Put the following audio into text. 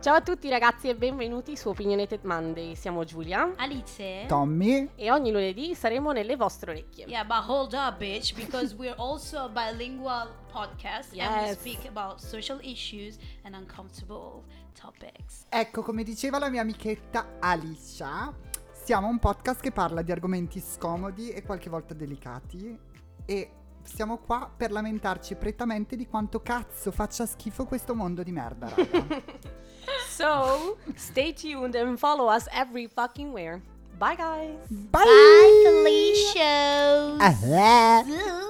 Ciao a tutti ragazzi e benvenuti su Opinionated Monday. Siamo Giulia Alice. Tommy, e ogni lunedì saremo nelle vostre orecchie. Yeah, but hold up, bitch, because we're also a bilingual podcast and we Yes. speak about social issues and uncomfortable topics. ecco come diceva la mia amichetta Alicia, siamo un podcast che parla di argomenti scomodi e qualche volta delicati e siamo qua per lamentarci prettamente di quanto cazzo faccia schifo questo mondo di merda, raga. So, stay tuned and follow us every fucking where. Bye guys! Bye! Bye, Felicia. Ah, ah. Zoo.